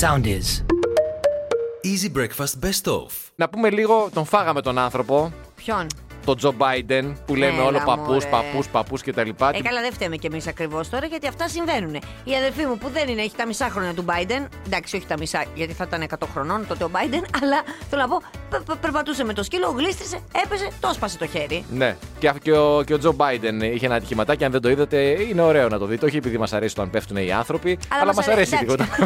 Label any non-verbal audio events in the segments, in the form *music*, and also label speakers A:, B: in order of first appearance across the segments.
A: Sound is.
B: Easy Breakfast Best Of.
C: Να πούμε λίγο, τον φάγαμε τον άνθρωπο,
D: Ποιον. Ε,
C: τον Τζο Μπάιντεν, που λέμε
D: Έλα,
C: όλο παππούς,
D: μωρέ.
C: παππούς, παππούς κτλ.
D: Ε, καλά, δεν φταίμε κι εμείς ακριβώς τώρα, γιατί αυτά συμβαίνουν. Η αδερφή μου που δεν είναι, έχει τα μισά χρόνια του Biden. Εντάξει, όχι τα μισά, γιατί θα ήταν 100 χρονών τότε ο Biden, *laughs* αλλά θέλω να πω, πε- πε- περπατούσε με το σκύλο, γλίστρισε, έπεσε, το σπάσε το
C: *laughs*
D: χέρι.
C: Ναι. Και, και, ο, και ο Τζο Μπάιντεν είχε ένα ατυχηματάκι. Αν δεν το είδατε, είναι ωραίο να το δείτε. Όχι επειδή μας αρέσει το αν πέφτουν οι άνθρωποι, αλλά,
D: μας
C: μας αρέσει λίγο.
D: εντάξει.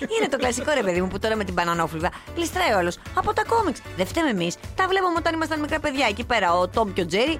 D: είναι το κλασικό ρε παιδί μου που τώρα με την μπανανόφλουδα γλιστράει όλος. Από τα κόμιξ. Δεν φταίμε εμείς. Τα βλέπαμε όταν ήμασταν μικρά παιδιά εκεί πέρα. Ο Τόμ και ο Τζέρι.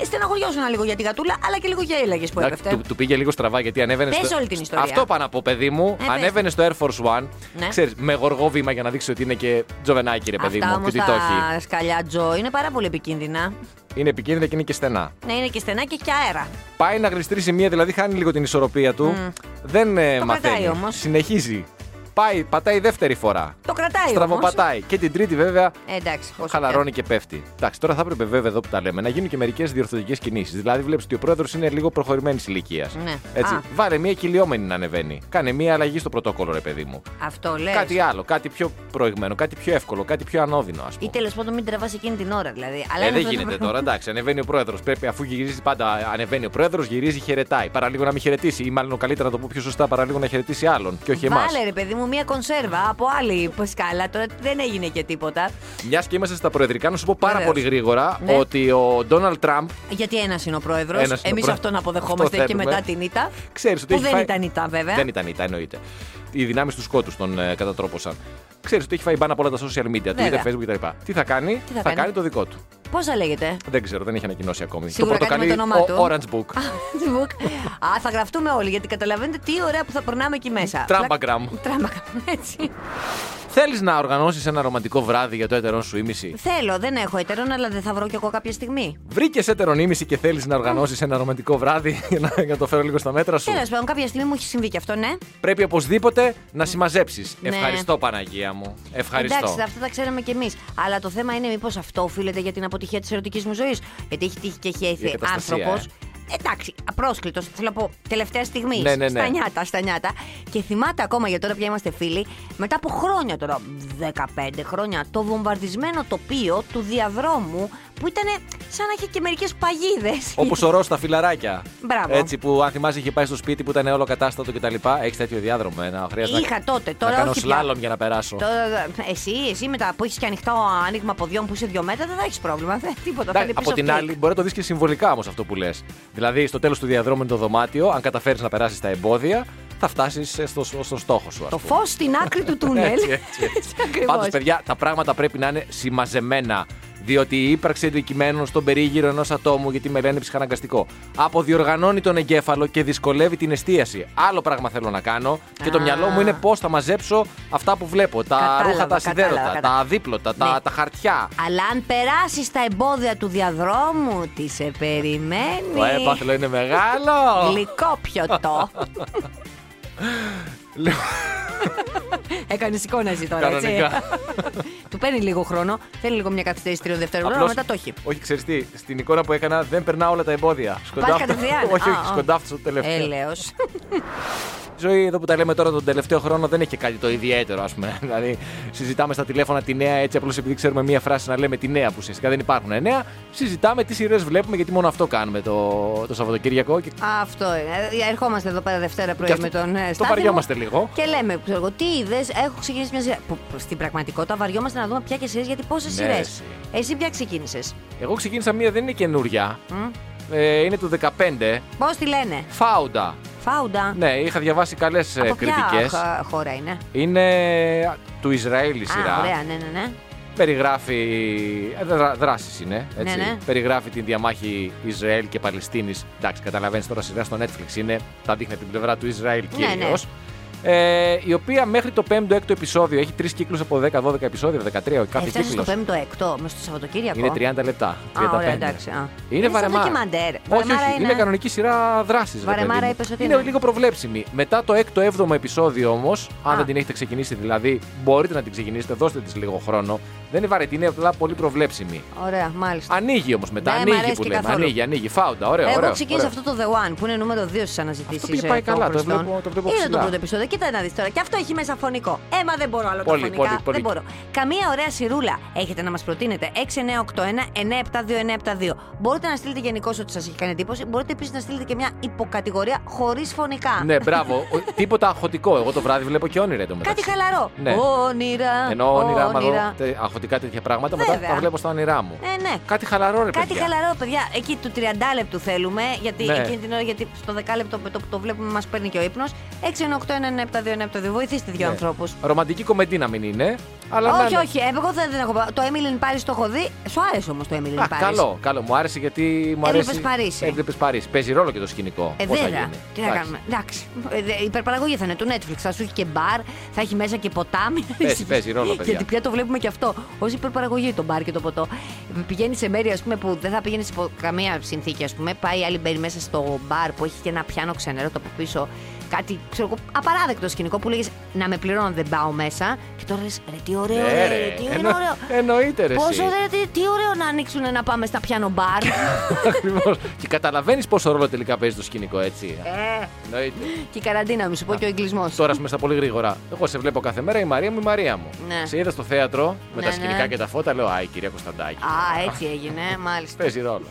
D: Ε, στεναχωριώσουν λίγο για τη γατούλα, αλλά και λίγο για έλαγε
C: *laughs*
D: που
C: Εντάξει,
D: έπεφτε.
C: του, του πήγε λίγο στραβά γιατί ανέβαινε.
D: Πες
C: στο...
D: όλη την ιστορία.
C: Αυτό πάνω από παιδί μου.
D: Ε, πες.
C: ανέβαινε στο Air Force One.
D: Ναι.
C: Ξέρεις, με γοργό βήμα για να δείξει ότι είναι και τζοβενάκι, ρε παιδί
D: Αυτά
C: μου. Και
D: όμω
C: ότι το έχει.
D: τα σκαλιά Τζο είναι πάρα πολύ επικίνδυνα.
C: Είναι επικίνδυνα και είναι και στενά.
D: Ναι, είναι και στενά και έχει και αέρα.
C: Πάει να γλιστρήσει μία, δηλαδή χάνει λίγο την ισορροπία του. Δεν ε,
D: Mm. Το
C: μαθαίνει.
D: κρατάει όμως.
C: Συνεχίζει. Πάει, πατάει δεύτερη φορά.
D: Το κρατάει όμως.
C: Στραβοπατάει. Και την τρίτη βέβαια
D: Ε, εντάξει, πόσο
C: χαλαρώνει και πέφτει. Εντάξει, τώρα θα έπρεπε βέβαια εδώ που τα λέμε να γίνουν και μερικές διορθωτικές κινήσεις. Δηλαδή, βλέπεις ότι ο πρόεδρος είναι λίγο προχωρημένης ηλικίας.
D: Ναι.
C: Έτσι.
D: Α.
C: Βάλε μία κυλιόμενη να ανεβαίνει. Κάνε μία αλλαγή στο πρωτόκολλο, ρε παιδί μου.
D: πια. Αυτό λέει.
C: Κάτι άλλο, κάτι πιο προηγμένο, κάτι πιο εύκολο, κάτι πιο ανώδυνο, ας πούμε.
D: Ή τέλος πάντων μην τραβά εκείνη την ώρα δηλαδή. Αλλά
C: Ε, δεν
D: είναι αυτό το
C: γίνεται
D: πράγμα.
C: τώρα, εντάξει. Ανεβαίνει ο πρόεδρος. Πρέπει, αφού γυρίζει πάντα, ανεβαίνει ο πρόεδρος, γυρίζει, χαιρετάει. Παρά λίγο να μην χαιρετήσει, ή μάλλον καλύτερα να το πω πιο σωστά, παρά λίγο να χαιρετήσει άλλον και όχι εμάς.
D: Βάλε ρε παιδί μου μία κονσέρβα από άλλη σκάλα. Τώρα δεν έγινε και τίποτα.
C: Μιας και είμαστε στα προεδρικά, να σου πω πάρα
D: Βεβαίως.
C: πολύ γρήγορα
D: Ναι.
C: ότι ο Ντόναλτ Τραμπ
D: Γιατί ένας είναι ο πρόεδρος.
C: Ένας είναι ο
D: Εμείς
C: πρόεδρος.
D: αυτόν αποδεχόμαστε
C: Αυτό
D: και
C: θέλουμε.
D: μετά την ήττα.
C: Ξέρεις ότι
D: που
C: έχει
D: δεν
C: φάει-
D: ήταν ήττα, βέβαια.
C: Δεν ήταν ήττα, εννοείται. Οι δυνάμεις του σκότους τον ε, κατατρόπωσαν. Ξέρεις ότι έχει φάει μπάνα από όλα τα social media,
D: Βέβαια.
C: Twitter, Facebook κτλ. Τι θα κάνει,
D: Τι θα κάνει?
C: το δικό του.
D: Πώ θα
C: *laughs*
D: λέγεται.
C: Δεν ξέρω, δεν έχει ανακοινώσει ακόμη.
D: Σίγουρα
C: το
D: κάτι με
C: πορτοκαλί,
D: το όνομά
C: ο
D: του.
C: Orange Book.
D: Facebook. Α, θα γραφτούμε όλοι γιατί καταλαβαίνετε τι ωραία που θα περνάμε εκεί μέσα.
C: Τράμπαγκραμ.
D: Τράμπαγκραμ, *laughs* έτσι.
C: Θέλεις να οργανώσεις ένα ρομαντικό βράδυ για το έτερό σου ήμιση.
D: Θέλω, δεν έχω εταιρών, αλλά δεν θα βρω κι εγώ κάποια στιγμή.
C: Βρήκες έτερον ήμιση και θέλεις να οργανώσεις ένα ρομαντικό βράδυ για να, για να το φέρω λίγο στα μέτρα σου.
D: Τέλος πάντων, κάποια στιγμή μου έχει συμβεί και αυτό, ναι.
C: Πρέπει οπωσδήποτε να συμμαζέψεις.
D: Ναι.
C: Ευχαριστώ, Παναγία μου. Ευχαριστώ.
D: Εντάξει, αυτά τα ξέραμε κι εμείς. Αλλά το θέμα είναι μήπως αυτό οφείλεται για την αποτυχία της ερωτικής μου ζωής. Γιατί έχει τύχει και έχει έρθει
C: καταστασία, ε.
D: άνθρωπο. Εντάξει, απρόσκλητος, θέλω να πω, τελευταία στιγμή.
C: Ναι, ναι, ναι.
D: Στα νιάτα, στα νιάτα. Και θυμάται ακόμα για τώρα πια είμαστε φίλοι, μετά από χρόνια τώρα, 15 χρόνια, το βομβαρδισμένο τοπίο του διαδρόμου που ήταν σαν να είχε και μερικές παγίδες.
C: Όπως ο Ρος στα φιλαράκια.
D: Μπράβο.
C: Έτσι που αν θυμάσαι είχε πάει στο σπίτι που ήταν όλο κατάστατο κτλ. Έχεις τέτοιο διάδρομο. ε, Να χρειάζεται
D: Είχα
C: να...
D: τότε, τώρα
C: να κάνω
D: όχι πια.
C: σλάλομ για να περάσω.
D: *laughs* Τώρα, εσύ, εσύ μετά που έχεις και ανοιχτό άνοιγμα ποδιών που είσαι δύο μέτρα, δεν θα έχεις πρόβλημα. Δεν, τίποτα.
C: Εντάξει,
D: θα είναι
C: Ναι, από
D: πίσω
C: την
D: κλικ.
C: άλλη, μπορεί να το δεις και συμβολικά όμως αυτό που λες. Δηλαδή, στο τέλος του διαδρόμου είναι το δωμάτιο. Αν καταφέρεις να περάσεις τα εμπόδια, θα φτάσεις στο, στο στόχο σου. ας
D: Το
C: πούμε.
D: φως στην άκρη του
C: *laughs*
D: τούνελ.
C: Έτσι, έτσι, έτσι.
D: Ακριβώς.
C: Πάντω, παιδιά, τα πράγματα πρέπει να είναι συμμαζεμένα. Διότι η ύπαρξη αντικειμένων στον περίγυρο ενός ατόμου, γιατί με λένε ψυχαναγκαστικό, αποδιοργανώνει τον εγκέφαλο και δυσκολεύει την εστίαση. Άλλο πράγμα θέλω να κάνω και το
D: Α.
C: μυαλό μου είναι πώς θα μαζέψω αυτά που βλέπω. Τα
D: Κατάλαβα,
C: ρούχα, τα
D: κατάλαβα,
C: σιδέρωτα, τα
D: κατάλαβα.
C: αδίπλωτα, τα,
D: Ναι.
C: τα χαρτιά.
D: Αλλά αν περάσεις τα εμπόδια του διαδρόμου, τι σε περιμένει.
C: Το έπαθλο είναι μεγάλο.
D: Ναι. *laughs* Γλυκό
C: *laughs*
D: πιωτό.
C: Λοιπόν,
D: *laughs* Έκανε εικόνα εσύ τώρα,
C: Κανονικά. *laughs*
D: έτσι. του παίρνει λίγο χρόνο. Θέλει λίγο μια καθυστέρηση τριών δευτερόλεπτων,
C: απλώς-
D: αλλά μετά το έχει.
C: Όχι, ξέρεις τι, στην εικόνα που έκανα δεν περνά όλα τα εμπόδια.
D: κατευθείαν.
C: *laughs* όχι,
D: Α,
C: όχι,
D: α.
C: σκοντάφτωσα το τελευταίο.
D: Έλεος.
C: Η ζωή εδώ που τα λέμε τώρα τον τελευταίο χρόνο δεν έχει και κάτι το ιδιαίτερο, ας πούμε. *laughs* Δηλαδή, συζητάμε στα τηλέφωνα τη νέα έτσι απλώς επειδή ξέρουμε μία φράση να λέμε τη νέα που ουσιαστικά δεν υπάρχουν νέα. Συζητάμε τι σειρές βλέπουμε γιατί μόνο αυτό κάνουμε το, το Σαββατοκύριακο. Και...
D: Αυτό είναι. Ε, Ερχόμαστε εδώ πέρα Δευτέρα πρωί
C: Και αυτό-
D: με τον ε,
C: το
D: Στάθη
C: βαριόμαστε
D: μου
C: λίγο.
D: Και λέμε, ξέρω εγώ, τι είδες, έχω ξεκινήσει μια σειρά. Που, που στην πραγματικότητα βαριόμαστε να δούμε ποια και σειρές, γιατί πόσες
C: Ναι,
D: σειρές.
C: εσύ.
D: Εσύ ποια ξεκίνησες.
C: Εγώ ξεκίνησα μία, δεν είναι καινούρια. Ε, είναι του 15.
D: Πώς τη λένε,
C: Φάουντα.
D: Φάουντα.
C: Ναι, είχα διαβάσει καλές
D: Από ποια
C: κριτικές.
D: χα- χώρα είναι.
C: Είναι του Ισραήλ η σειρά.
D: Α, ωραία, ναι, ναι, ναι.
C: Περιγράφει. ε, δρα- δράσεις είναι. Έτσι.
D: Ναι, ναι.
C: Περιγράφει την διαμάχη Ισραήλ και Παλαιστίνης. Εντάξει, καταλαβαίνεις τώρα σειρά στο Netflix είναι. Τα δείχνει από την πλευρά του Ισραήλ
D: Ναι, ναι.
C: κυρίως. Ε, η οποία μέχρι το 5ο-6ο επεισόδιο έχει τρεις κύκλους από 10-12 επεισόδια, 13 ο κάθε
D: Έφτασε
C: κύκλο.
D: Ε, στο 5ο εκτό, μέσα στο Σαββατοκύριακο.
C: Είναι 30 λεπτά. 35.
D: Α, ωραία, εντάξει. α.
C: Είναι
D: σαν
C: βαρεμάρα.
D: ντοκιμαντέρ.
C: Όχι,
D: Βαρεμάρα
C: όχι. Είναι, κανονική σειρά δράσης.
D: Βαρεμάρα είπες ότι
C: είναι.
D: είναι.
C: λίγο προβλέψιμη. Μετά το 6ο-7ο επεισόδιο όμως, αν
D: Α.
C: δεν την έχετε ξεκινήσει δηλαδή, μπορείτε να την ξεκινήσετε, δώστε της λίγο χρόνο. Δεν είναι βαρετή, είναι απλά πολύ προβλέψιμη.
D: Ωραία, μάλιστα.
C: Ανοίγει όμως μετά.
D: Δεν Ναι, μ'
C: ανοίγει
D: αρέσει
C: που
D: και
C: λέμε.
D: καθόλου.
C: Ανοίγει, ανοίγει. Φάουντα, ωραίο.
D: Ε, Εγώ
C: ωραίο,
D: ξεκίνησα
C: ωραίο.
D: αυτό το The One που είναι νούμερο 2 στις αναζητήσεις.
C: Αυτό πήγε πάει καλά, το βλέπω- το βλέπω
D: Είδα
C: ψηλά.
D: το πρώτο επεισόδιο και κοίτα να δεις τώρα. Και αυτό έχει μέσα φωνικό. Έμα δεν μπορώ άλλο
C: Πολύ,
D: τα φωνικά.
C: πολύ, πολύ.
D: Δεν μπορώ. Καμία ωραία σιρούλα έχετε να μας προτείνετε. 6981-972-972. Μπορείτε να στείλετε γενικώ ό,τι σας έχει κάνει εντύπωση. Μπορείτε επίσης να στείλετε και μια υποκατηγορία χωρίς φωνικά.
C: ναι, μπράβο. Ο- Τίποτα αχωτικό. Εγώ το βράδυ βλέπω και όνειρα εδώ
D: Κάτι
C: μεταξύ.
D: χαλαρό.
C: Ναι.
D: Όνειρα.
C: Ενώ όνειρα, άμα δω
D: όνειρα.
C: τε- αχωτικά τέτοια πράγματα, μετά
D: Βέβαια.
C: τα βλέπω στα όνειρά μου.
D: Ε, ναι.
C: Κάτι χαλαρό, ρε
D: Κάτι
C: παιδιά.
D: χαλαρό, παιδιά. Εκεί του 30 λεπτού θέλουμε. Γιατί
C: Ναι.
D: εκείνη την ώρα, γιατί στο 10 λεπτό με το που το βλέπουμε, μας παίρνει και ο ύπνος. 6-9-8-1-9-7-2-9-7-2. Βοηθήστε
C: Ναι.
D: δύο ανθρώπους.
C: Ρομαντική κομμεντή να μην είναι. Αλλά να
D: Όχι,
C: είναι-
D: όχι. ε, Εγώ δεν, δεν έχω. πα- Το Emily in Paris το έχω δει. Σου άρεσε όμως το Emily in
C: Α,
D: Paris.
C: καλό, καλό. Μου άρεσε γιατί μου
D: Έβλεπες
C: αρέσει.
D: Παρίσι.
C: Έβλεπες Παρίσι. Παίζει ρόλο και το σκηνικό.
D: Ε,
C: Πώς θα
D: βέβαια.
C: γίνει.
D: Τι να
C: Εντάξει.
D: κάνουμε. Εντάξει. Ε, δε- Η υπερπαραγωγή θα είναι του Netflix. Θα σου έχει και μπαρ, θα έχει μέσα και ποτάμι.
C: Παίζει- παίζει ρόλο, παιδιά.
D: *laughs* Γιατί πια το βλέπουμε και αυτό. Ως υπερπαραγωγή το μπαρ και το ποτό. Πηγαίνει σε μέρη ας πούμε, που δεν θα πηγαίνει υπό καμία συνθήκη. Ας πούμε. Πάει άλλη μέρη μέσα στο μπαρ που έχει και ένα πιάνο ξενερό το από πίσω. Κάτι ξέρω, εγώ, απαράδεκτο σκηνικό που λέγε Να με πληρώνω, δεν πάω μέσα. Και τώρα λες, ρε, τι ωραίο,
C: Ναι,
D: ρε,
C: ρε.
D: Ε, τι
C: Εννο-
D: ωραίο. ωραίο.
C: εννοείται, ρε,
D: Πόσο
C: *laughs* εσύ.
D: ρε, τι, τι ωραίο να ανοίξουν να πάμε στα πιάνο
C: *laughs*
D: μπαρ.
C: Ακριβώς. και καταλαβαίνεις πόσο ρόλο τελικά παίζει το σκηνικό, έτσι.
D: Ε.
C: Εννοείται.
D: και η καραντίνα, μου σου πω και ο εγκλισμός.
C: Τώρα, ας πούμε, στα πολύ γρήγορα. Εγώ σε βλέπω κάθε μέρα η Μαρία μου, η Μαρία μου.
D: Ναι.
C: Σε είδα στο θέατρο με
D: Ναι,
C: τα σκηνικά
D: ναι.
C: και τα φώτα, λέω Άι, κυρία Κωνσταντάκη.
D: Α, έτσι έγινε, μάλιστα.
C: Παίζει ρόλο.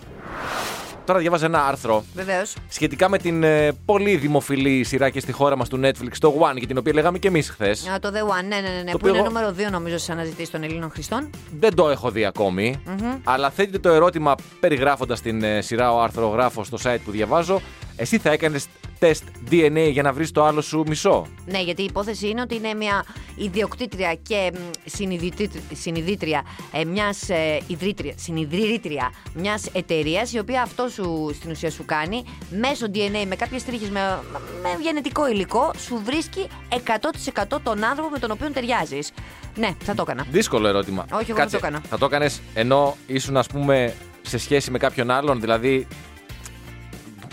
C: Τώρα διάβαζα ένα άρθρο
D: Βεβαίως.
C: σχετικά με την ε, πολύ δημοφιλή σειρά και στη χώρα μας του Netflix, το One, για την οποία λέγαμε και εμείς χθες.
D: Το The One, ναι, ναι, ναι,
C: Το
D: ναι, που
C: οποίο
D: είναι
C: εγώ-
D: νούμερο 2 νομίζω στις αναζητήσεις των Ελλήνων Χριστών.
C: Δεν το έχω δει ακόμη, αλλά θέτεται το ερώτημα περιγράφοντας την ε, σειρά ο αρθρογράφος στο site που διαβάζω. Εσύ θα έκανες τεστ DNA για να βρεις το άλλο σου μισό.
D: Ναι, γιατί η υπόθεση είναι ότι είναι μια ιδιοκτήτρια και μ, συνειδητή- συνειδήτρια ε, μιας συνειδητρία μιας εταιρείας, η οποία αυτό σου στην ουσία σου κάνει μέσω DNA με κάποιες τρίχες, με, με γενετικό υλικό, σου βρίσκει 100% τον άνθρωπο με τον οποίο ταιριάζεις. Ναι, θα το έκανα.
C: Δύσκολο ερώτημα.
D: Όχι, εγώ
C: Κάτσε,
D: δεν το έκανα.
C: Θα το έκανες ενώ ήσουν, ας πούμε, σε σχέση με κάποιον άλλον, δηλαδή.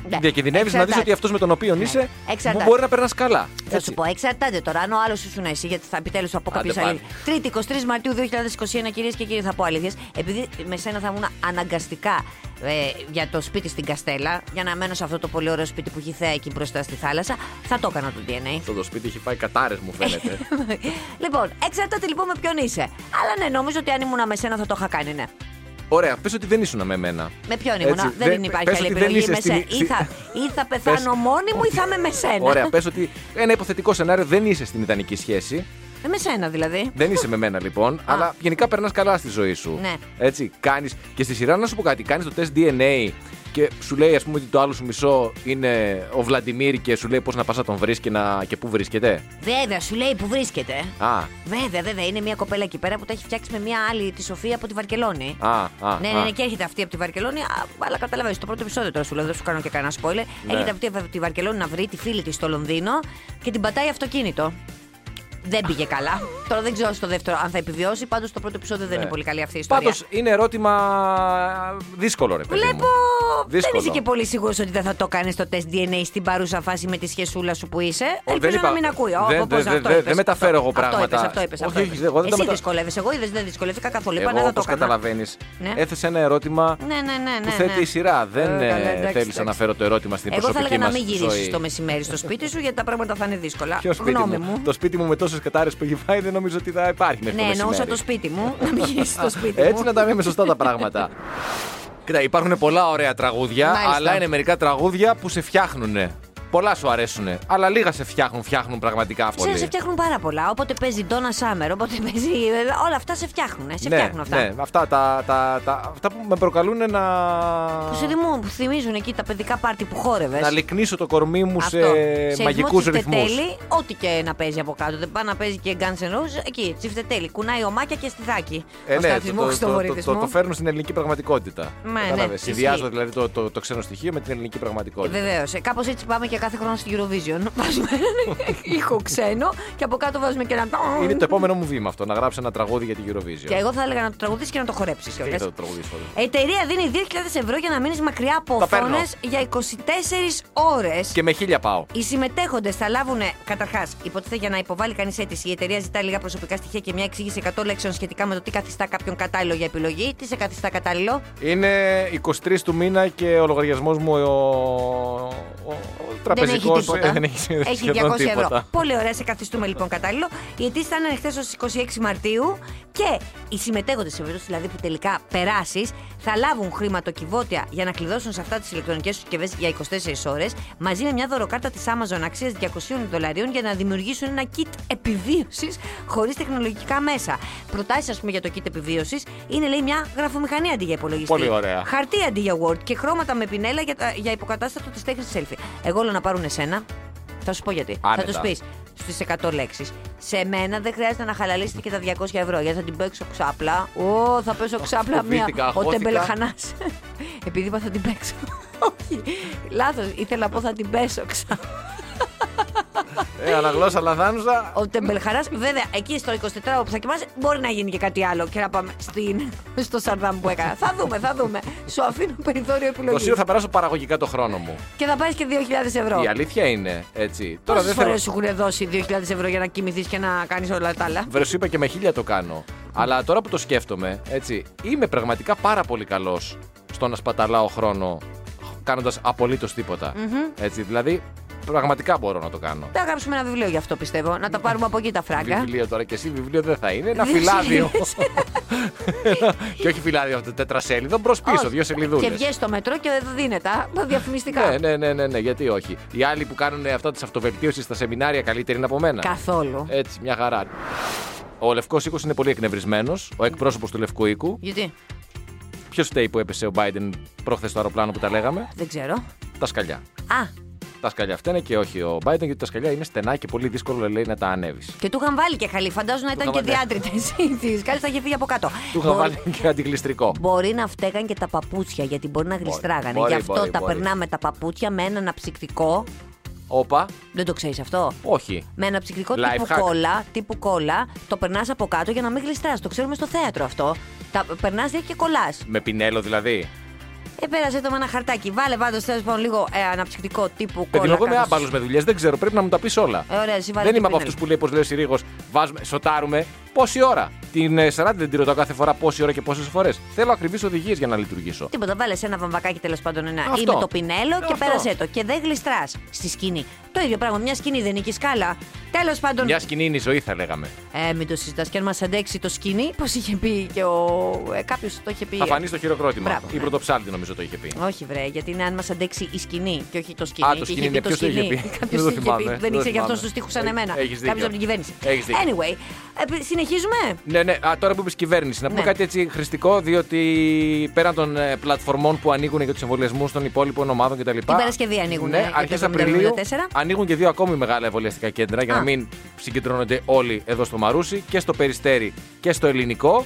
D: Ναι.
C: Διακινδυνεύεις να δεις
D: Εξαρτάται. Ναι,
C: ότι αυτός με τον οποίο είσαι
D: Εξαρτάται.
C: μπορεί να περνάς καλά.
D: Θα
C: Έτσι.
D: σου πω, εξαρτάται τώρα. Αν ο άλλος ήσουν εσύ, γιατί θα επιτέλους θα πω
C: Άντε
D: κάποιε
C: πάλι.
D: αλήθειε. Τρίτη, 23 Μαρτίου 2021, κυρίες και κύριοι, θα πω αλήθειες. Επειδή με σένα θα ήμουν αναγκαστικά ε, για το σπίτι στην Καστέλα, για να μένω σε αυτό το πολύ ωραίο σπίτι που έχει θέα εκεί μπροστά στη θάλασσα, θα το έκανα το
C: *laughs*
D: DNA.
C: Αυτό το σπίτι έχει πάει κατάρες, μου φαίνεται.
D: *laughs* λοιπόν, εξαρτάται λοιπόν με ποιον είσαι. Αλλά ναι, νομίζω ότι αν ήμουν με σένα θα το είχα κάνει, ναι.
C: Ωραία, πες ότι δεν ήσουν με μένα.
D: Με ποιον ήμουν,
C: Έτσι,
D: δεν,
C: δεν-
D: υπάρχει
C: πες
D: άλλη
C: ότι δεν
D: επιλογή.
C: είσαι
D: με σέ-
C: στη-
D: Ή, θα, ή θα πεθάνω μόνη μου ή θα είμαι
C: *laughs*
D: με σένα.
C: Ωραία, πες ότι ένα υποθετικό σενάριο δεν είσαι στην ιδανική σχέση.
D: Ε, με σένα δηλαδή.
C: Δεν είσαι με μένα λοιπόν, αλλά γενικά περνάς καλά στη ζωή σου.
D: Ναι.
C: Έτσι, κάνεις. Και στη σειρά να σου πω κάτι, κάνεις το τεστ DNA και σου λέει, ας πούμε, ότι το άλλο σου μισό είναι ο Βλαντιμίρ και σου λέει πώς να πας να τον βρεις και, να... και πού βρίσκεται.
D: Βέβαια, σου λέει που βρίσκεται.
C: Α,
D: Βέβαια, βέβαια. Είναι μια κοπέλα εκεί πέρα που τα έχει φτιάξει με μια άλλη, τη Σοφία από τη Βαρκελόνη.
C: α, α.
D: ναι,
C: α.
D: ναι, ναι, και έρχεται αυτή από τη Βαρκελόνη. α, αλλά καταλαβαίνεις, το πρώτο επεισόδιο τώρα σου λέω, δεν σου κάνω και κανένα spoiler.
C: Ναι.
D: Έρχεται αυτή από τη Βαρκελόνη να βρει τη φίλη της στο Λονδίνο και την πατάει αυτοκίνητο. Δεν πήγε καλά. τώρα δεν ξέρω στο δεύτερο αν θα επιβιώσει. Πάντως το πρώτο επεισόδιο δεν
C: Ναι.
D: είναι πολύ καλή αυτή η ιστορία.
C: Πάντως είναι ερώτημα δύσκολο, ρε παιδί.
D: Βλέπω.
C: μου.
D: Δεν
C: Δύσκολο.
D: είσαι και πολύ σίγουρος ότι δεν θα το κάνεις το τεστ DNA στην παρούσα φάση με τη σχεσούλα σου που είσαι.
C: δεν
D: Ελπίζω
C: είπα-
D: να μην ακούει. Ω,
C: δεν-
D: πω, πως,
C: δεν-
D: αυτό
C: δεν-
D: είπες,
C: δεν μεταφέρω εγώ
D: αυτό
C: πράγματα.
D: είπες, Αυτό είπε.
C: Όχι, όχι, εγώ δεν τα
D: Εσύ
C: μετα-
D: δυσκολεύεσαι. Εγώ είδες, δεν δυσκολεύτηκα καθόλου. Είπα, ναι,
C: Εγώ,
D: θα το
C: όπως
D: έκανα.
C: καταλαβαίνεις,
D: Ναι.
C: έθεσε ένα ερώτημα
D: Ναι, ναι, ναι. ναι,
C: που θέτει
D: ναι.
C: η σειρά. Δεν
D: Ε, καλά,
C: ε,
D: εντάξει,
C: θέλησα να
D: εντάξει.
C: φέρω το ερώτημα στην
D: Εγώ θα
C: προσωπική
D: έλεγα
C: μα
D: να μην γυρίσει
C: ζωή.
D: το μεσημέρι στο σπίτι σου γιατί τα πράγματα θα είναι δύσκολα.
C: Ποιο σπίτι
D: Γνώμη
C: μου. Το σπίτι μου με τόσες κατάρρε που έχει φάει δεν νομίζω ότι θα υπάρχει μέχρι
D: Ναι,
C: το
D: εννοούσα
C: μεσημέρι.
D: το σπίτι μου. Να μην γυρίσει στο σπίτι μου.
C: Έτσι να τα λέμε σωστά τα
D: *laughs*
C: πράγματα. Κοίτα, υπάρχουν πολλά ωραία τραγούδια,
D: Μάλιστα.
C: αλλά είναι μερικά τραγούδια που σε φτιάχνουν. Πολλά σου αρέσουν, αλλά λίγα σε φτιάχνουν, φτιάχνουν πραγματικά
D: Ξέρεις, σε
C: πολύ.
D: φτιάχνουν πάρα πολλά. Όποτε παίζει Ντόνα Σάμερ, όποτε παίζει. ε, Όλα αυτά σε φτιάχνουν. ε, Σε
C: ναι,
D: φτιάχνουν αυτά.
C: Ναι, αυτά, τα, τα, τα, αυτά που με προκαλούν να.
D: Που σε δημού- που θυμίζουν εκεί τα παιδικά πάρτι που χόρευες.
C: να λυκνίσω το κορμί μου
D: Αυτό.
C: σε
D: ρυθμό
C: μαγικού ρυθμού.
D: τσιφτετέλι, ό,τι και να παίζει από κάτω. Δεν πάει να παίζει και Guns N' Roses. Εκεί, τσιφτετέλι. Κουνάει ομάκια και στιθάκι. Ε, ναι, Ο σταθμός
C: Ε, ναι, το,
D: στο
C: το, το,
D: βορειοδυσμό.
C: το, το φέρνουν στην ελληνική πραγματικότητα.
D: Μα, ναι,
C: Κατάλαβες,
D: ισχύει. Ε,
C: Συνδυάζω δηλαδή το, το, το ξένο στοιχείο με την ελληνική πραγματικότητα.
D: Βεβαίως. Κάπως έτσι πάμε και κάθε χρόνο στην Eurovision. *laughs* Βάζουμε έναν ήχο ξένο και από κάτω βάζουμε και έναν.
C: Είναι το επόμενο μου βήμα αυτό, να γράψω ένα τραγούδι για την Eurovision.
D: Και εγώ θα έλεγα να το τραγουδίσεις και να το χορέψεις
C: Τι
D: κιόλα.
C: θα το τραγουδήσω. εδώ.
D: Εταιρεία δίνει 2.000 ευρώ για να μείνεις μακριά από
C: Τα παίρνω.
D: οθόνες για 24 ώρες.
C: Και με χίλια πάω.
D: Οι συμμετέχοντες θα λάβουν, καταρχάς, υποτίθεται για να υποβάλει κανείς αίτηση. Η εταιρεία ζητά λίγα προσωπικά στοιχεία και μια εξήγηση 100 λέξεων σχετικά με το τι καθιστά κάποιον κατάλληλο για επιλογή. Τι σε καθιστά κατάλληλο.
C: Είναι 23 του μήνα και ο λογαριασμός μου. Ο, ο, ο,
D: Δεν έχει
C: τραπεζικό.
D: τίποτα.
C: ε, Δεν έχει,
D: έχει 200
C: σχεδόν
D: ευρώ.
C: τίποτα.
D: Πολύ ωραία, σε καθιστούμε λοιπόν κατάλληλο. Οι αιτήσει θα είναι ανοιχτέ ω 26 Μαρτίου και οι συμμετέχοντες, σε περίπτωση δηλαδή που τελικά περάσεις, θα λάβουν χρηματοκιβώτια για να κλειδώσουν σε αυτά τις ηλεκτρονικές συσκευές για 24 ώρες μαζί με μια δωροκάρτα της Amazon αξίας 200 δολαρίων για να δημιουργήσουν ένα kit επιβίωσης χωρίς τεχνολογικά μέσα. Προτάσεις, ας πούμε, για το kit επιβίωσης είναι, λέει, μια γραφομηχανία αντί για υπολογιστή.
C: Πολύ ωραία.
D: Χαρτί αντί για Word και χρώματα με πινέλα για, τα- για υποκατάστατο της τέχνης selfie. Εγώ λέω να πάρουν εσένα. Θα σου πω γιατί.
C: Άνετα.
D: Θα τους πεις στις 100 λέξεις. Σε μένα δεν χρειάζεται να χαλαλίσετε και τα 200 ευρώ γιατί θα την παίξω ξάπλα. Ω, θα πέσω ξάπλα
C: φοβήθηκα,
D: μια. Ο
C: αγχώθηκα.
D: τεμπελεχανά. *laughs* Επειδή είπα θα την παίξω. *laughs* Όχι. Λάθος. Ήθελα να πω θα την πέσω ξάπλα.
C: Ε, αναγλώσσα λαδάνουσα.
D: Ο τεμπελχαράς, βέβαια, εκεί στο 24 που θα κοιμάσαι, μπορεί να γίνει και κάτι άλλο και να πάμε στην, στο σαρδάμ που έκανα. θα δούμε, θα δούμε. Σου αφήνω περιθώριο
C: Το
D: επιλογή.
C: σίγουρο θα περάσω παραγωγικά το χρόνο μου.
D: Και θα πάρεις και 2.000 ευρώ.
C: Η αλήθεια είναι έτσι. Τώρα
D: Πόσες
C: δεν
D: φορέ
C: θέλω.
D: σου έχουν δώσει 2.000 ευρώ για να κοιμηθείς και να κάνεις όλα τα άλλα.
C: Βρε, σου είπα και με χίλια το κάνω. Αλλά τώρα που το σκέφτομαι, έτσι, είμαι πραγματικά πάρα πολύ καλός στο να σπαταλάω χρόνο κάνοντας απολύτως τίποτα. Έτσι, δηλαδή, πραγματικά μπορώ να το κάνω.
D: Θα γράψουμε ένα βιβλίο γι' αυτό πιστεύω. Να τα πάρουμε από εκεί τα φράγκα.
C: Βιβλίο τώρα και εσύ, βιβλίο δεν θα είναι. Ένα
D: Δύο
C: φυλάδιο. και όχι φυλάδιο αυτό, τετρασέλιδο μπρος πίσω,
D: Όχι.
C: δύο
D: Και
C: σελίδούνε.
D: βγαίνει στο μετρό και δεν δίνεται. α, τα Διαφημιστικά.
C: Ναι, ναι, ναι, ναι, ναι, γιατί όχι. Οι άλλοι που κάνουν αυτά της αυτοβελτίωσης στα σεμινάρια καλύτεροι είναι από μένα.
D: Καθόλου.
C: Έτσι, μια χαρά. Ο Λευκός Οίκος είναι πολύ εκνευρισμένος, ο εκπρόσωπος του Λευκού Οίκου.
D: Γιατί
C: Ποιος φταίει που έπεσε ο Biden προχθές στο αεροπλάνο που τα λέγαμε,
D: δεν ξέρω.
C: τα σκαλιά.
D: Α,
C: Τα σκαλιά αυτά είναι και όχι ο Biden, γιατί τα σκαλιά είναι στενά και πολύ δύσκολο λέει να τα ανέβεις.
D: και του είχαν βάλει και χαλί. Φαντάζομαι να ήταν
C: είχαν
D: και
C: βάλει. ναι.
D: διάτρητε *laughs* συνήθειε. Κάτι θα είχε φύγει από κάτω.
C: Του είχα
D: Μπορεί-
C: βάλει και αντιγλιστρικό.
D: Μπορεί να φταίγαν και τα παπούτσια γιατί μπορεί να γλιστράγανε.
C: Μπορεί,
D: Γι' αυτό
C: μπορεί,
D: τα
C: μπορεί.
D: περνάμε τα παπούτσια με ένα αναψυκτικό.
C: Όπα,
D: Δεν το ξέρεις αυτό.
C: όχι.
D: Με ένα ψυχρικό
C: Life
D: τύπου
C: hack.
D: κόλλα, τύπου κόλλα, το περνάς από κάτω για να μην γλιστράς. Το ξέρουμε στο θέατρο αυτό. Τα περνάς δια και κολλάς.
C: Με πινέλο δηλαδή.
D: Ε, πέρασε το με ένα χαρτάκι. Βάλε πάντως τέλος πάντων λίγο ε, αναψυκτικό τύπου κόλλα.
C: Παιδί μου, εγώ είμαι
D: κάτω.
C: άμπαλο με δουλειές, δεν ξέρω, πρέπει να μου τα πεις όλα.
D: Ε, ωραία, εσύ βάλε
C: δεν
D: και
C: είμαι από
D: πινέλο.
C: αυτούς που λέει, πώ λέει ο Συρίγο, βάζουμε, σοτάρουμε. Πόση ώρα. Την ε, 40 δεν τη ρωτάω κάθε φορά πόση ώρα και πόσες φορές. Θέλω ακριβείς οδηγίες για να λειτουργήσω.
D: Τίποτα, βάλε σε ένα βαμβακάκι τέλος πάντων ένα ή
C: Αυτό.
D: με το πινέλο και
C: Αυτό.
D: πέρασε το. Και δεν γλιστράς στη σκηνή. Το ίδιο πράγμα, μια σκηνή δεν νικείς σκάλα. Τέλος πάντων.
C: Μια σκηνή είναι η ζωή, θα λέγαμε.
D: Ε, μην το συζητάς. Και αν μας αντέξει το σκηνή, πώς είχε πει και ο. Ε, Κάποιος το είχε πει.
C: Θα φανεί στο χειροκρότημα.
D: Μπράβο,
C: Η
D: ναι.
C: πρωτοψάλτη νομίζω το είχε πει.
D: Όχι, βρε, γιατί είναι αν μας αντέξει η σκηνή και όχι το σκηνή.
C: Α,
D: Και
C: το
D: είχε
C: σκηνή
D: πει
C: είναι. Ποιος το είχε πει?
D: *laughs*
C: Δεν
D: Κάποιος
C: το
D: είχε
C: θυμάμαι,
D: πει.
C: δεν το
D: Δεν ήξερε γι' αυτός
C: θυμάμαι.
D: τους τείχους σαν εμένα.
C: Έχεις
D: Κάποιος
C: δίκιο.
D: από την κυβέρνηση.
C: Έχεις δίκιο.
D: Anyway, ε, συνεχίζουμε.
C: Ναι, ναι, α, τώρα που είπες κυβέρνηση, να πούμε
D: Ναι.
C: κάτι έτσι χρηστικό, διότι πέραν των ε, πλατφορμών που ανοίγουν για τους εμβολιασμούς των υπόλοιπων ομάδων κτλ. Την
D: Παρασκευή ανοίγουν, ε,
C: Ναι,
D: για τα
C: αρχέ
D: 70-74.
C: Απριλίου. Ανοίγουν και δύο ακόμη μεγάλα εμβολιαστικά κέντρα για να
D: Α.
C: μην συγκεντρώνονται όλοι εδώ στο Μαρούσι και στο Περιστέρι και στο Ελληνικό.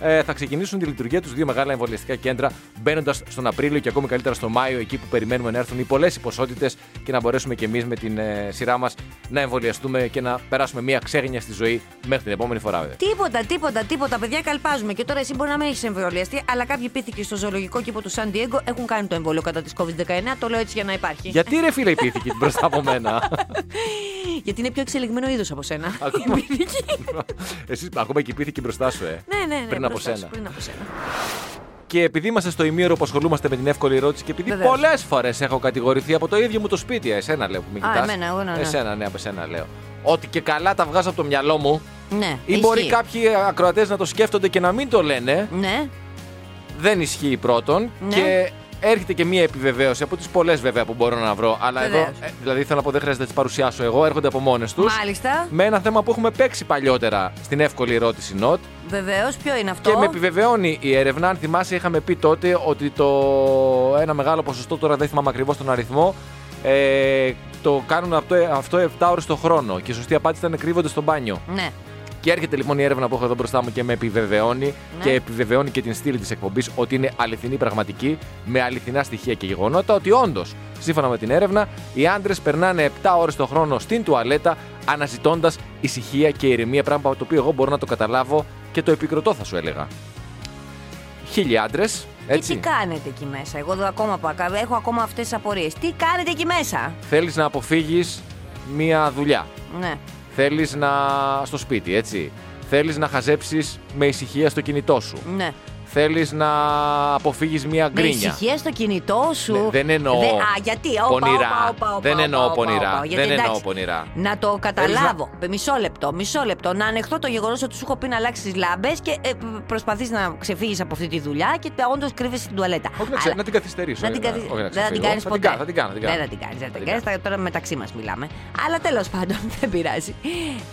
C: Ε, θα ξεκινήσουν τη λειτουργία τους δύο μεγάλα εμβολιαστικά κέντρα μπαίνοντας στον Απρίλιο και ακόμη καλύτερα στο Μάιο, εκεί που περιμένουμε να έρθουν οι πολλές ποσότητε και να μπορέσουμε κι εμείς με την ε, σειρά μας να εμβολιαστούμε και να περάσουμε μια ξέγνια στη ζωή μέχρι την επόμενη φορά, βέβαια.
D: Τίποτα, τίποτα, τίποτα. Παιδιά, καλπάζουμε. Και τώρα εσύ μπορεί να μην έχεις εμβολιαστεί, αλλά κάποιοι πίθηκοι στο ζωολογικό κήπο του Σαν Diego έχουν κάνει το εμβόλιο κατά της COVID-19. Το λέω έτσι για να υπάρχει.
C: Γιατί ρε φίλε η πίθηκη μπροστά από
D: *laughs*
C: μένα.
D: Γιατί είναι πιο εξελιγμένο είδος από σένα. *laughs*
C: Ακόμα- Εσείς ακόμα και η πίθηκη μπροστά σου, ε.
D: Ναι, ναι, ναι.
C: Πριν από
D: μπροστά σου,
C: σένα.
D: Πριν από σένα.
C: Και επειδή είμαστε στο ημίωρο που ασχολούμαστε με την εύκολη ερώτηση και επειδή
D: Βεβαίως.
C: πολλές φορές έχω κατηγορηθεί από το ίδιο μου το σπίτι, ε, εσένα λέω που με
D: Α,
C: κοιτάς.
D: εμένα, εγώ, ναι, ναι.
C: Εσένα, ναι, από εσένα λέω. Ότι και καλά τα βγάζω από το μυαλό μου.
D: Ναι.
C: Ή μπορεί
D: ισχύει.
C: κάποιοι ακροατές να το σκέφτονται και να μην το λένε.
D: Ναι.
C: Δεν ισχύει πρώτον.
D: Ναι.
C: Και έρχεται και μία επιβεβαίωση από τις πολλές βέβαια που μπορώ να βρω. Αλλά εδώ,
D: Βεβαίως.
C: ε, δηλαδή θέλω να πω, δεν χρειάζεται να τις παρουσιάσω εγώ, έρχονται από μόνες τους.
D: Μάλιστα.
C: με ένα θέμα που έχουμε παίξει παλιότερα στην εύκολη ερώτηση Νότ.
D: Βεβαίως, ποιο είναι αυτό.
C: Και με επιβεβαιώνει η έρευνα, αν θυμάσαι, είχαμε πει τότε ότι το ένα μεγάλο ποσοστό, τώρα δεν θυμάμαι ακριβώς τον αριθμό, ε, το κάνουν αυτό, αυτό 7 ώρες το χρόνο. Και η σωστή απάντηση ήταν κρύβονται στο μπάνιο.
D: Ναι.
C: Και έρχεται λοιπόν η έρευνα που έχω εδώ μπροστά μου και με επιβεβαιώνει
D: Ναι.
C: και επιβεβαιώνει και την στήλη της εκπομπής ότι είναι αληθινή πραγματική, με αληθινά στοιχεία και γεγονότα, ότι όντως, σύμφωνα με την έρευνα, οι άντρες περνάνε 7 ώρες το χρόνο στην τουαλέτα αναζητώντας ησυχία και ηρεμία, πράγμα το οποίο εγώ μπορώ να το καταλάβω και το επικροτώ, θα σου έλεγα. Χίλιοι άντρες,
D: Και
C: έτσι.
D: τι κάνετε εκεί μέσα. Εγώ εδώ ακόμα πα- έχω ακόμα αυτές τις απορίες. Τι κάνετε εκεί μέσα.
C: Θέλεις να αποφύγεις μία δουλειά.
D: Ναι.
C: Θέλεις να. στο σπίτι, έτσι. Θέλεις να χαζέψεις με ησυχία στο κινητό σου.
D: Ναι.
C: θέλεις να αποφύγεις μία
D: Με
C: γκρίνια.
D: ησυχία στο κινητό σου.
C: Ναι, δεν εννοώ
D: Δε- α, γιατί, όπα,
C: πονηρά.
D: όπα, όπα, όπα,
C: Δεν
D: όπα,
C: εννοώ
D: όπα,
C: πονηρά.
D: όπα, γιατί
C: Δεν εννοώ
D: εντάξει,
C: πονηρά.
D: Να το καταλάβω. Μισό λεπτό, μισό λεπτό. Να ανεχθώ το γεγονός ότι σου έχω πει να αλλάξεις τι λάμπες και ε, προσπαθείς να ξεφύγεις από αυτή τη δουλειά και όντως κρύβεσαι στην τουαλέτα.
C: Όχι να, ξε...
D: Αλλά-
C: να την καθυστερήσω.
D: να την
C: ε,
D: καθι-
C: όχι να
D: Δεν θα την
C: ξεφύγω.
D: κάνεις
C: Θα
D: ποτέ.
C: κάνω, Θα την κάνω. θα την
D: Δεν
C: κάνω.
D: θα την κάνεις. Δεν
C: Θα
D: την
C: την
D: κάνεις. Τώρα μεταξύ μας μιλάμε. Αλλά τέλος πάντων *laughs* δεν πειράζει.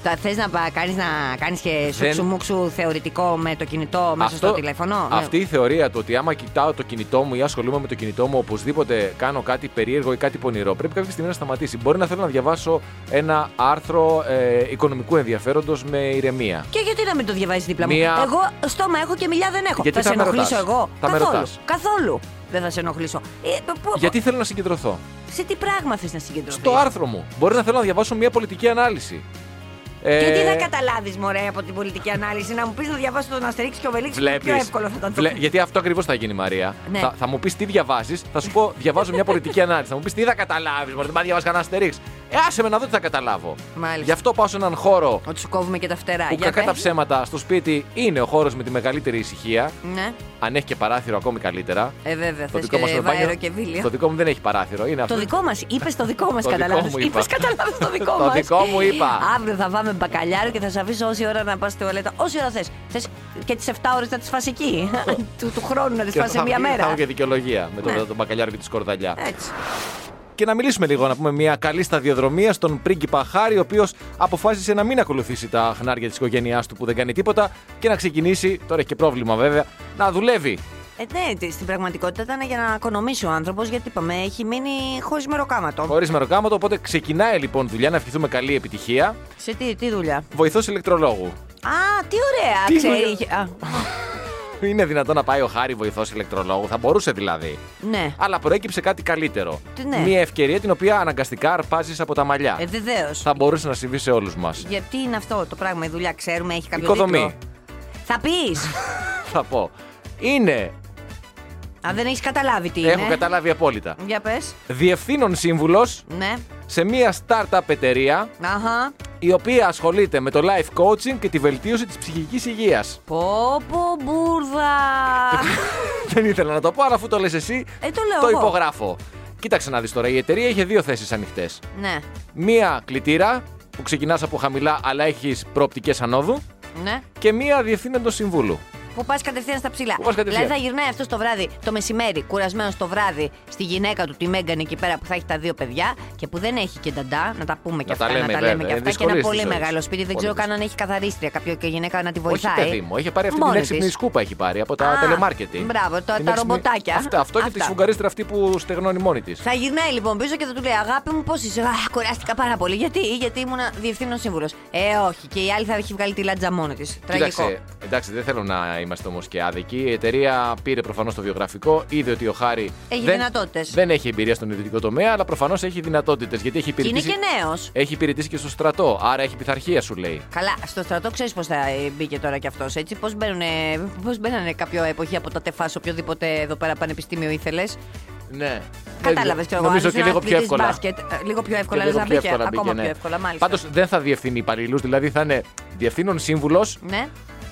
D: Θα θες να κάνεις να κάνεις και
C: Δεν-
D: σουξουμούξου θεωρητικό με το κινητό μέσα στο τηλέφωνο. Ναι.
C: Αυτή η θεωρία του ότι άμα κοιτάω το κινητό μου ή ασχολούμαι με το κινητό μου, οπωσδήποτε κάνω κάτι περίεργο ή κάτι πονηρό, πρέπει κάποια στιγμή να σταματήσει. Μπορεί να θέλω να διαβάσω ένα άρθρο ε, οικονομικού ενδιαφέροντος με ηρεμία.
D: Και γιατί να μην το διαβάζεις δίπλα μου.
C: Μία-
D: Εγώ στόμα έχω και μιλιά δεν έχω.
C: Γιατί
D: θα
C: θα
D: σε
C: με
D: ενοχλήσω
C: ρωτάς.
D: εγώ.
C: Θα με
D: καθόλου.
C: ρωτάς.
D: Καθόλου. Δεν θα σε ενοχλήσω. Ε, πού-
C: Γιατί θέλω να συγκεντρωθώ.
D: Σε τι πράγμα θες να συγκεντρωθείς.
C: Στο άρθρο μου. Μπορεί να θέλω να διαβάσω μια πολιτική ανάλυση. Ε,
D: Και τι θα καταλάβεις, Μωρέ, από την πολιτική ανάλυση, να μου πεις να διαβάσω τον Αστερίξ και ο Βελίξ. Πιο
C: Βλέπεις.
D: εύκολο θα ήταν. το-
C: Βλέ- Γιατί αυτό ακριβώς θα γίνει, Μαρία.
D: Ναι.
C: Θα, θα μου πεις τι διαβάζει, θα σου πω διαβάζω μια πολιτική ανάλυση. Θα μου πεις τι θα καταλάβεις, Μωρέ, δεν πάει να διαβάσεις κανένα αστερίξ. Ε, άσε με να δω τι θα καταλάβω.
D: Μάλιστα.
C: Γι' αυτό πάω σε έναν χώρο
D: Ότι σου κόβουμε και τα φτερά.
C: που
D: Για
C: κακά
D: πες.
C: τα ψέματα στο σπίτι είναι ο χώρος με τη μεγαλύτερη ησυχία.
D: Ναι,
C: Αν έχει και παράθυρο, ακόμη καλύτερα.
D: ε, βέβαια.
C: Το
D: Θες
C: δικό, μας
D: και
C: το,
D: βαέρο
C: μπάνιο,
D: και βίλιο.
C: το δικό μου δεν έχει παράθυρο. Είναι αυτό.
D: Το δικό μας, είπες το δικό μας,
C: Το δικό
D: καταλάβει.
C: μου είπα.
D: Είπες, καταλάβει το δικό
C: Το
D: μας.
C: δικό μου είπα.
D: Αύριο θα πάμε μπακαλιάρο και θα σε αφήσω όση ώρα να πας στη τουαλέτα. Όση ώρα θες. Θες και τις 7 ώρες να τις φας
C: *laughs*
D: εκεί. του, του χρόνου να τις
C: Και
D: φας σε
C: θα-
D: μία
C: θα
D: μέρα.
C: έχω και δικαιολογία με τον,
D: Ναι.
C: τον μπακαλιάρο και τη σκορδαλιά.
D: Έτσι.
C: και να μιλήσουμε λίγο, να πούμε μια καλή σταδιοδρομία στον πρίγκιπα Χάρη, ο οποίος αποφάσισε να μην ακολουθήσει τα χνάρια της οικογένειάς του που δεν κάνει τίποτα και να ξεκινήσει, τώρα έχει και πρόβλημα βέβαια, να δουλεύει.
D: Ε, ναι, τι- στην πραγματικότητα ήταν για να οικονομήσει ο άνθρωπος, γιατί είπαμε, έχει μείνει χωρίς μεροκάματο.
C: Χωρίς μεροκάματο, οπότε ξεκινάει λοιπόν δουλειά, να ευχηθούμε καλή επιτυχία.
D: Σε τι, τι δουλειά.
C: Βοηθός ηλεκτρολόγου.
D: Α, τι ωραία!
C: Τι
D: ξέρει.
C: δουλειά.
D: είχε- α,
C: Είναι δυνατόν να πάει ο Χάρη βοηθός ηλεκτρολόγου, θα μπορούσε δηλαδή.
D: ναι,
C: Αλλά προέκυψε κάτι καλύτερο.
D: Τι ναι.
C: Μια ευκαιρία την οποία αναγκαστικά αρπάζεις από τα μαλλιά.
D: ε, βεβαίως.
C: Θα μπορούσε να συμβεί σε όλους μας.
D: Γιατί είναι αυτό το πράγμα, η δουλειά, ξέρουμε, έχει κάποιο
C: Οικοδομή.
D: τίτλο. Θα πεις.
C: Θα πω. Είναι.
D: Αν δεν έχεις καταλάβει τι είναι.
C: Έχω καταλάβει απόλυτα.
D: Για πες.
C: Διευθύνων σύμβουλος
D: Ναι.
C: σε μια startup εταιρεία
D: Αχα.
C: η οποία ασχολείται με το life coaching και τη βελτίωση της ψυχικής υγείας.
D: Πω, πω, μπουρδα.
C: *laughs* Δεν ήθελα να το πω, αλλά αφού το λες εσύ,
D: Ε, το λέω εγώ.
C: υπογράφω. Κοίταξε να δεις τώρα, η εταιρεία είχε δύο θέσεις ανοιχτές.
D: ναι.
C: Μία κλητήρα, που ξεκινάς από χαμηλά, αλλά έχεις προοπτικές ανόδου,
D: Ναι.
C: και μία διευθύνοντος συμβούλου.
D: Που πας κατευθείαν στα ψηλά.
C: Που πας κατευθείαν.
D: Δηλαδή θα γυρνάει αυτό το βράδυ, το μεσημέρι, κουρασμένος το βράδυ, στη γυναίκα του, τη Μέγκαν εκεί πέρα που θα έχει τα δύο παιδιά και που δεν έχει και νταντά. Να τα πούμε και
C: Να τα
D: αυτά.
C: λέμε,
D: να τα
C: βέβαια.
D: λέμε και
C: Είναι
D: αυτά. Και
C: δυσκολίες
D: ένα
C: της
D: πολύ
C: ζωής.
D: μεγάλο σπίτι. Δεν
C: Πολύ
D: ξέρω καν
C: δύσκολο.
D: αν έχει καθαρίστρια κάποιο και γυναίκα να τη βοηθάει.
C: Όχι παιδί μου, έχει πάρει αυτή
D: Μόνη
C: την έξυπνη
D: της.
C: σκούπα έχει πάρει από τα
D: Α,
C: telemarketing.
D: μπράβο, τα-
C: Την
D: τα
C: έξυπνη-
D: ρομποτάκια.
C: Αυτά, αυτό και
D: Αυτά.
C: τη σφουγγαρίστρα αυτή που στεγνώνει μόνη της.
D: Θα γυρνάει λοιπόν πίσω και θα του λέει Αγάπη μου, πώς είσαι. Α, κουράστηκα πάρα πολύ. Γιατί, γιατί ήμουνα διευθύνων σύμβουλος. Ε, όχι. Και η άλλη θα έχει βγάλει τη λάτζα μόνη της. Τραγικό.
C: Κοίταξε, εντάξει, δεν θέλω να είμαστε όμως και άδικοι. Η εταιρεία πήρε προφανώς το βιογραφικό, είδε ότι ο Χάρη.
D: Έχει δυνατότητες.
C: Δεν έχει εμπειρία στον ιδιωτικό τομέα, αλλά προφανώς έχει δυνατότητες. Γιατί έχει
D: Και είναι
C: υπηρετήσει.
D: και νέος.
C: Έχει υπηρετήσει και στο στρατό, άρα έχει πειθαρχία, σου λέει.
D: Καλά, στο στρατό ξέρεις πώς θα ε, μπήκε τώρα κι αυτός, έτσι. Πώς πώς μπαίνανε κάποια εποχή από τα τεφάς, οποιοδήποτε εδώ πέρα πανεπιστήμιο ήθελες.
C: Ναι.
D: Κατάλαβες και εγώ.
C: Νομίζω
D: άλλος
C: και
D: είναι
C: λίγο πιο
D: αθλητής
C: εύκολα.
D: Μπάσκετ. Ε, Λίγο πιο εύκολα,
C: Και
D: λες
C: λίγο
D: να
C: πιο
D: μπήκε.
C: εύκολα μπήκε,
D: Ακόμα
C: ναι.
D: πιο εύκολα, μάλιστα.
C: Πάντως, δεν θα διευθύνει υπαλλήλους, δηλαδή θα είναι διευθύνων σύμβουλος
D: Ναι,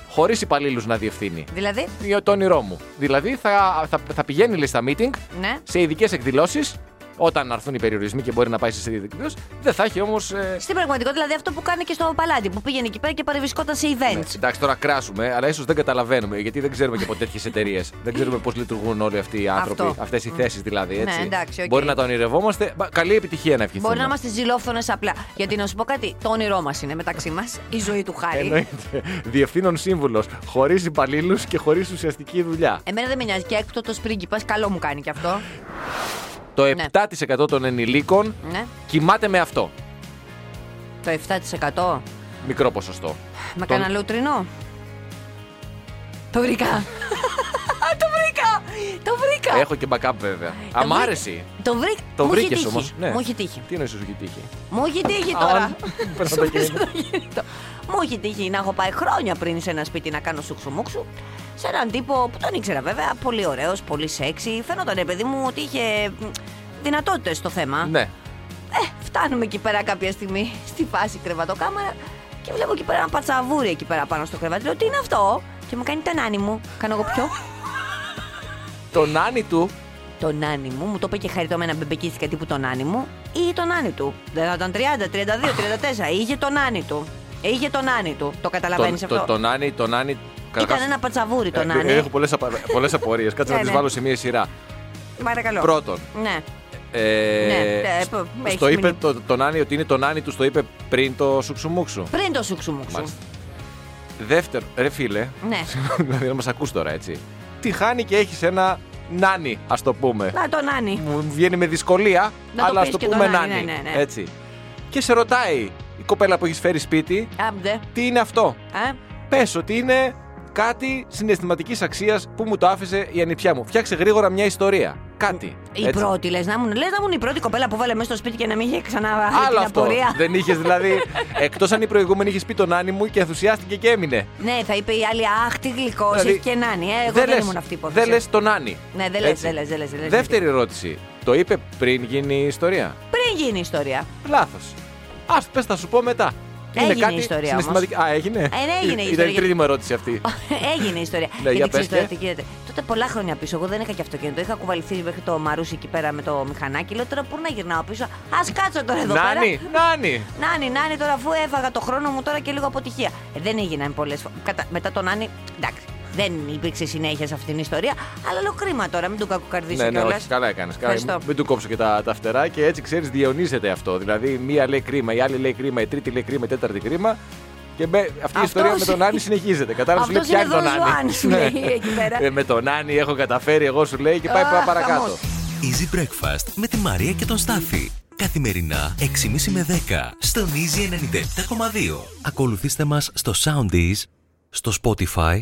C: χωρίς υπαλλήλους να διευθύνει.
D: δηλαδή.
C: Είναι το όνειρό μου. Δηλαδή θα, θα, θα πηγαίνει λέει, στα meeting
D: Ναι.
C: σε ειδικές εκδηλώσεις. Όταν αρθούν οι περιορισμοί και μπορεί να πάει σε ειδικέ εκδηλώσει, δεν θα έχει ε, όμω.
D: Στην πραγματικότητα, δηλαδή αυτό που κάνει και στο παλάτι που πήγαινε εκεί πέρα και παρευρισκόταν σε events.
C: Ναι, εντάξει, τώρα κράσουμε, αλλά ίσως δεν καταλαβαίνουμε γιατί δεν ξέρουμε και από τέτοιες εταιρείες. δεν ξέρουμε πώς λειτουργούν όλοι αυτοί οι άνθρωποι,
D: Αυτό.
C: αυτές οι θέσεις δηλαδή.
D: Ναι,
C: Έτσι.
D: εντάξει, οκ.
C: Μπορεί να τα ονειρευόμαστε. Μπα, Καλή επιτυχία να ευχηθούμε.
D: Μπορεί να είμαστε ζηλόφθονες απλά. Γιατί να σου πω κάτι, το όνειρό μας είναι μεταξύ μας η ζωή του χάρη.
C: Εννοείται. Διευθύνων σύμβουλος. Χωρίς υπαλλήλους και χωρίς ουσιαστική δουλειά.
D: Εμένα δεν με νοιάζει και έκπτωτο πρίγκιπας, καλό μου κάνει κι αυτό.
C: Το
D: Ναι.
C: 7% των ενηλίκων
D: Ναι.
C: κοιμάται με αυτό.
D: Το 7%.
C: Μικρό ποσοστό.
D: Με
C: Τον-
D: κάνα λουτρινό. Το
C: *laughs*
D: βρήκα. το βρήκα. Το βρήκα.
C: Έχω και backup βέβαια.
D: Το βρήκα.
C: Αμάρεση.
D: Το βρήκα.
C: Το ναι.
D: Μου έχει
C: βρήκες
D: τύχει.
C: όμως.
D: Μου έχει τύχει.
C: Τι εννοείς σου έχει τύχει.
D: Μου έχει τύχει
C: Α,
D: τώρα. *laughs*
C: αν- Παίρνω
D: Σου
C: τα
D: πες
C: κινητά.
D: το κινητό. Μου έχει τύχει να έχω πάει χρόνια πριν σε ένα σπίτι να κάνω σουξουμούξου. Σε έναν τύπο που τον ήξερα βέβαια. Πολύ ωραίος, πολύ σεξι. Φαίνονταν ρε παιδί μου ότι είχε δυνατότητες στο θέμα.
C: Ναι.
D: Ε, φτάνουμε εκεί πέρα κάποια στιγμή στη φάση κρεβατοκάμαρα και βλέπω εκεί πέρα ένα πατσαβούρι εκεί πέρα πάνω στο κρεβάτι. Λέω τι είναι αυτό. Και μου κάνει τον άνι μου. Κάνω εγώ πιο.
C: το νάνι του.
D: Το νάνι μου, μου το είπε και χαριτωμένα μπεμπεκίστηκα τύπου το νάνι μου, είχε το νάνι του. Δεν θα ήταν 30, 32, 34. Είχε το νάνι του. Είχε το νάνι του. Το
C: Το,
D: καταλαβαίνει αυτό.
C: το, το νάνι, το νάνι.
D: Ήταν
C: καταρχάς-
D: ένα πατσαβούρι το
C: Ε,
D: νάνι.
C: Έχω πολλές
D: *laughs*
C: απορίες. Κάτσε να
D: Ναι,
C: τις
D: ναι.
C: βάλω σε μία σειρά.
D: Παρακαλώ.
C: Πρώτον,
D: Ναι.
C: ε,
D: Ναι, ε, π-
C: στο
D: έχεις
C: είπε
D: μείνει.
C: το, το νάνι ότι είναι το νάνι του, το είπε πριν το σουξουμούξου.
D: Πριν το σουξουμούξου.
C: Μάλιστα. Δεύτερο, ρε φίλε, *laughs*
D: Ναι.
C: δηλαδή να μας ακούς τώρα έτσι. Τι χάνει και έχεις ένα νάνι, ας το πούμε.
D: Να το νάνι.
C: Μου βγαίνει με δυσκολία,
D: Να το
C: αλλά ας
D: πεις
C: το
D: και το
C: πούμε
D: νάνι,
C: νάνι.
D: ναι, ναι, ναι.
C: Έτσι. Και σε ρωτάει η κοπέλα που έχεις φέρει σπίτι,
D: Άμπντε.
C: τι είναι αυτό.
D: Ε.
C: Πες ότι είναι κάτι συναισθηματικής αξίας που μου το άφησε η ανιψιά μου. Φτιάξε γρήγορα μια ιστορία. Κάτι.
D: Η
C: Έτσι.
D: πρώτη, λες να ήμουν. Λες να ήμουν η πρώτη κοπέλα που βάλε μέσα στο σπίτι και να μην είχε ξανά βάλει την
C: Άλλο αυτό.
D: απορία.
C: Δεν είχες δηλαδή. Εκτός αν η προηγούμενη είχε πει τον Άννη μου και ενθουσιάστηκε και έμεινε.
D: Ναι, θα είπε η άλλη Αχ, τι γλυκός,
C: Δηλαδή,
D: έχεις και νάνι. Ε, εγώ δεν,
C: λες-
D: ήμουν αυτή η υπόθεση.
C: Δεν λες τον Άννη.
D: Ναι, δεν λες,
C: Έτσι.
D: δεν λες, δεν λες.
C: Δεύτερη ερώτηση. Το είπε πριν γίνει η ιστορία.
D: Πριν γίνει η
C: *laughs*
D: ιστορία.
C: Λάθος. Ας πες, θα σου πω μετά.
D: Έγινε η ιστορία όμως.
C: συναισθηματική- Α, έγινε.
D: δεν έγινε η
C: Ήταν
D: ιστορία.
C: η τρίτη μου ερώτηση αυτή.
D: Έγινε η ιστορία.
C: Ναι, για
D: Γιατί
C: πες
D: ξέρει
C: και.
D: τώρα τι γίνεται. Τότε πολλά χρόνια πίσω, εγώ δεν είχα και αυτοκίνητο. Είχα κουβαληθεί μέχρι το Μαρούσι εκεί πέρα με το μηχανάκι. Λέω τώρα πού να γυρνάω πίσω. Ας κάτσω τώρα εδώ πέρα.
C: Νάνι, Νάνι.
D: Νάνι, Νάνι, τώρα αφού έφαγα το χρόνο μου τώρα και λίγο αποτυχία. Ε, δεν έγιναν πολλές φορέ. Μετά τον Νάνι, εντάξει, δεν υπήρξε συνέχεια σε αυτήν την ιστορία. Αλλά λέω κρίμα τώρα, μην του κακοκαρδίσω
C: Ναι, ναι,
D: κιόλας.
C: όχι, καλά έκανες.
D: Ευχαριστώ.
C: Μην του κόψω και τα, τα φτερά και έτσι ξέρεις, διαιωνίζεται αυτό. Δηλαδή, η μία λέει κρίμα, η άλλη λέει κρίμα, η τρίτη λέει κρίμα, η τέταρτη κρίμα. Και μπε, αυτή η
D: Αυτός-
C: ιστορία με τον Άννη συνεχίζεται. Κατάλαβες σου λέει
D: Αυτός είναι
C: πιάνει τον
D: εδώ
C: Άννη.
D: ο Ζωάννης, σου
C: Ναι.
D: λέει, εκεί πέρα.
C: Ε, με τον Άννη έχω καταφέρει, εγώ σου λέει και πάει
D: Α,
C: παρακάτω.
D: χαμός.
B: Easy Breakfast με τη Μαρία και τον Στάφη. Καθημερινά 6.30 με 10 στον Easy 97.2. Ακολουθήστε μας στο Soundees, στο Spotify,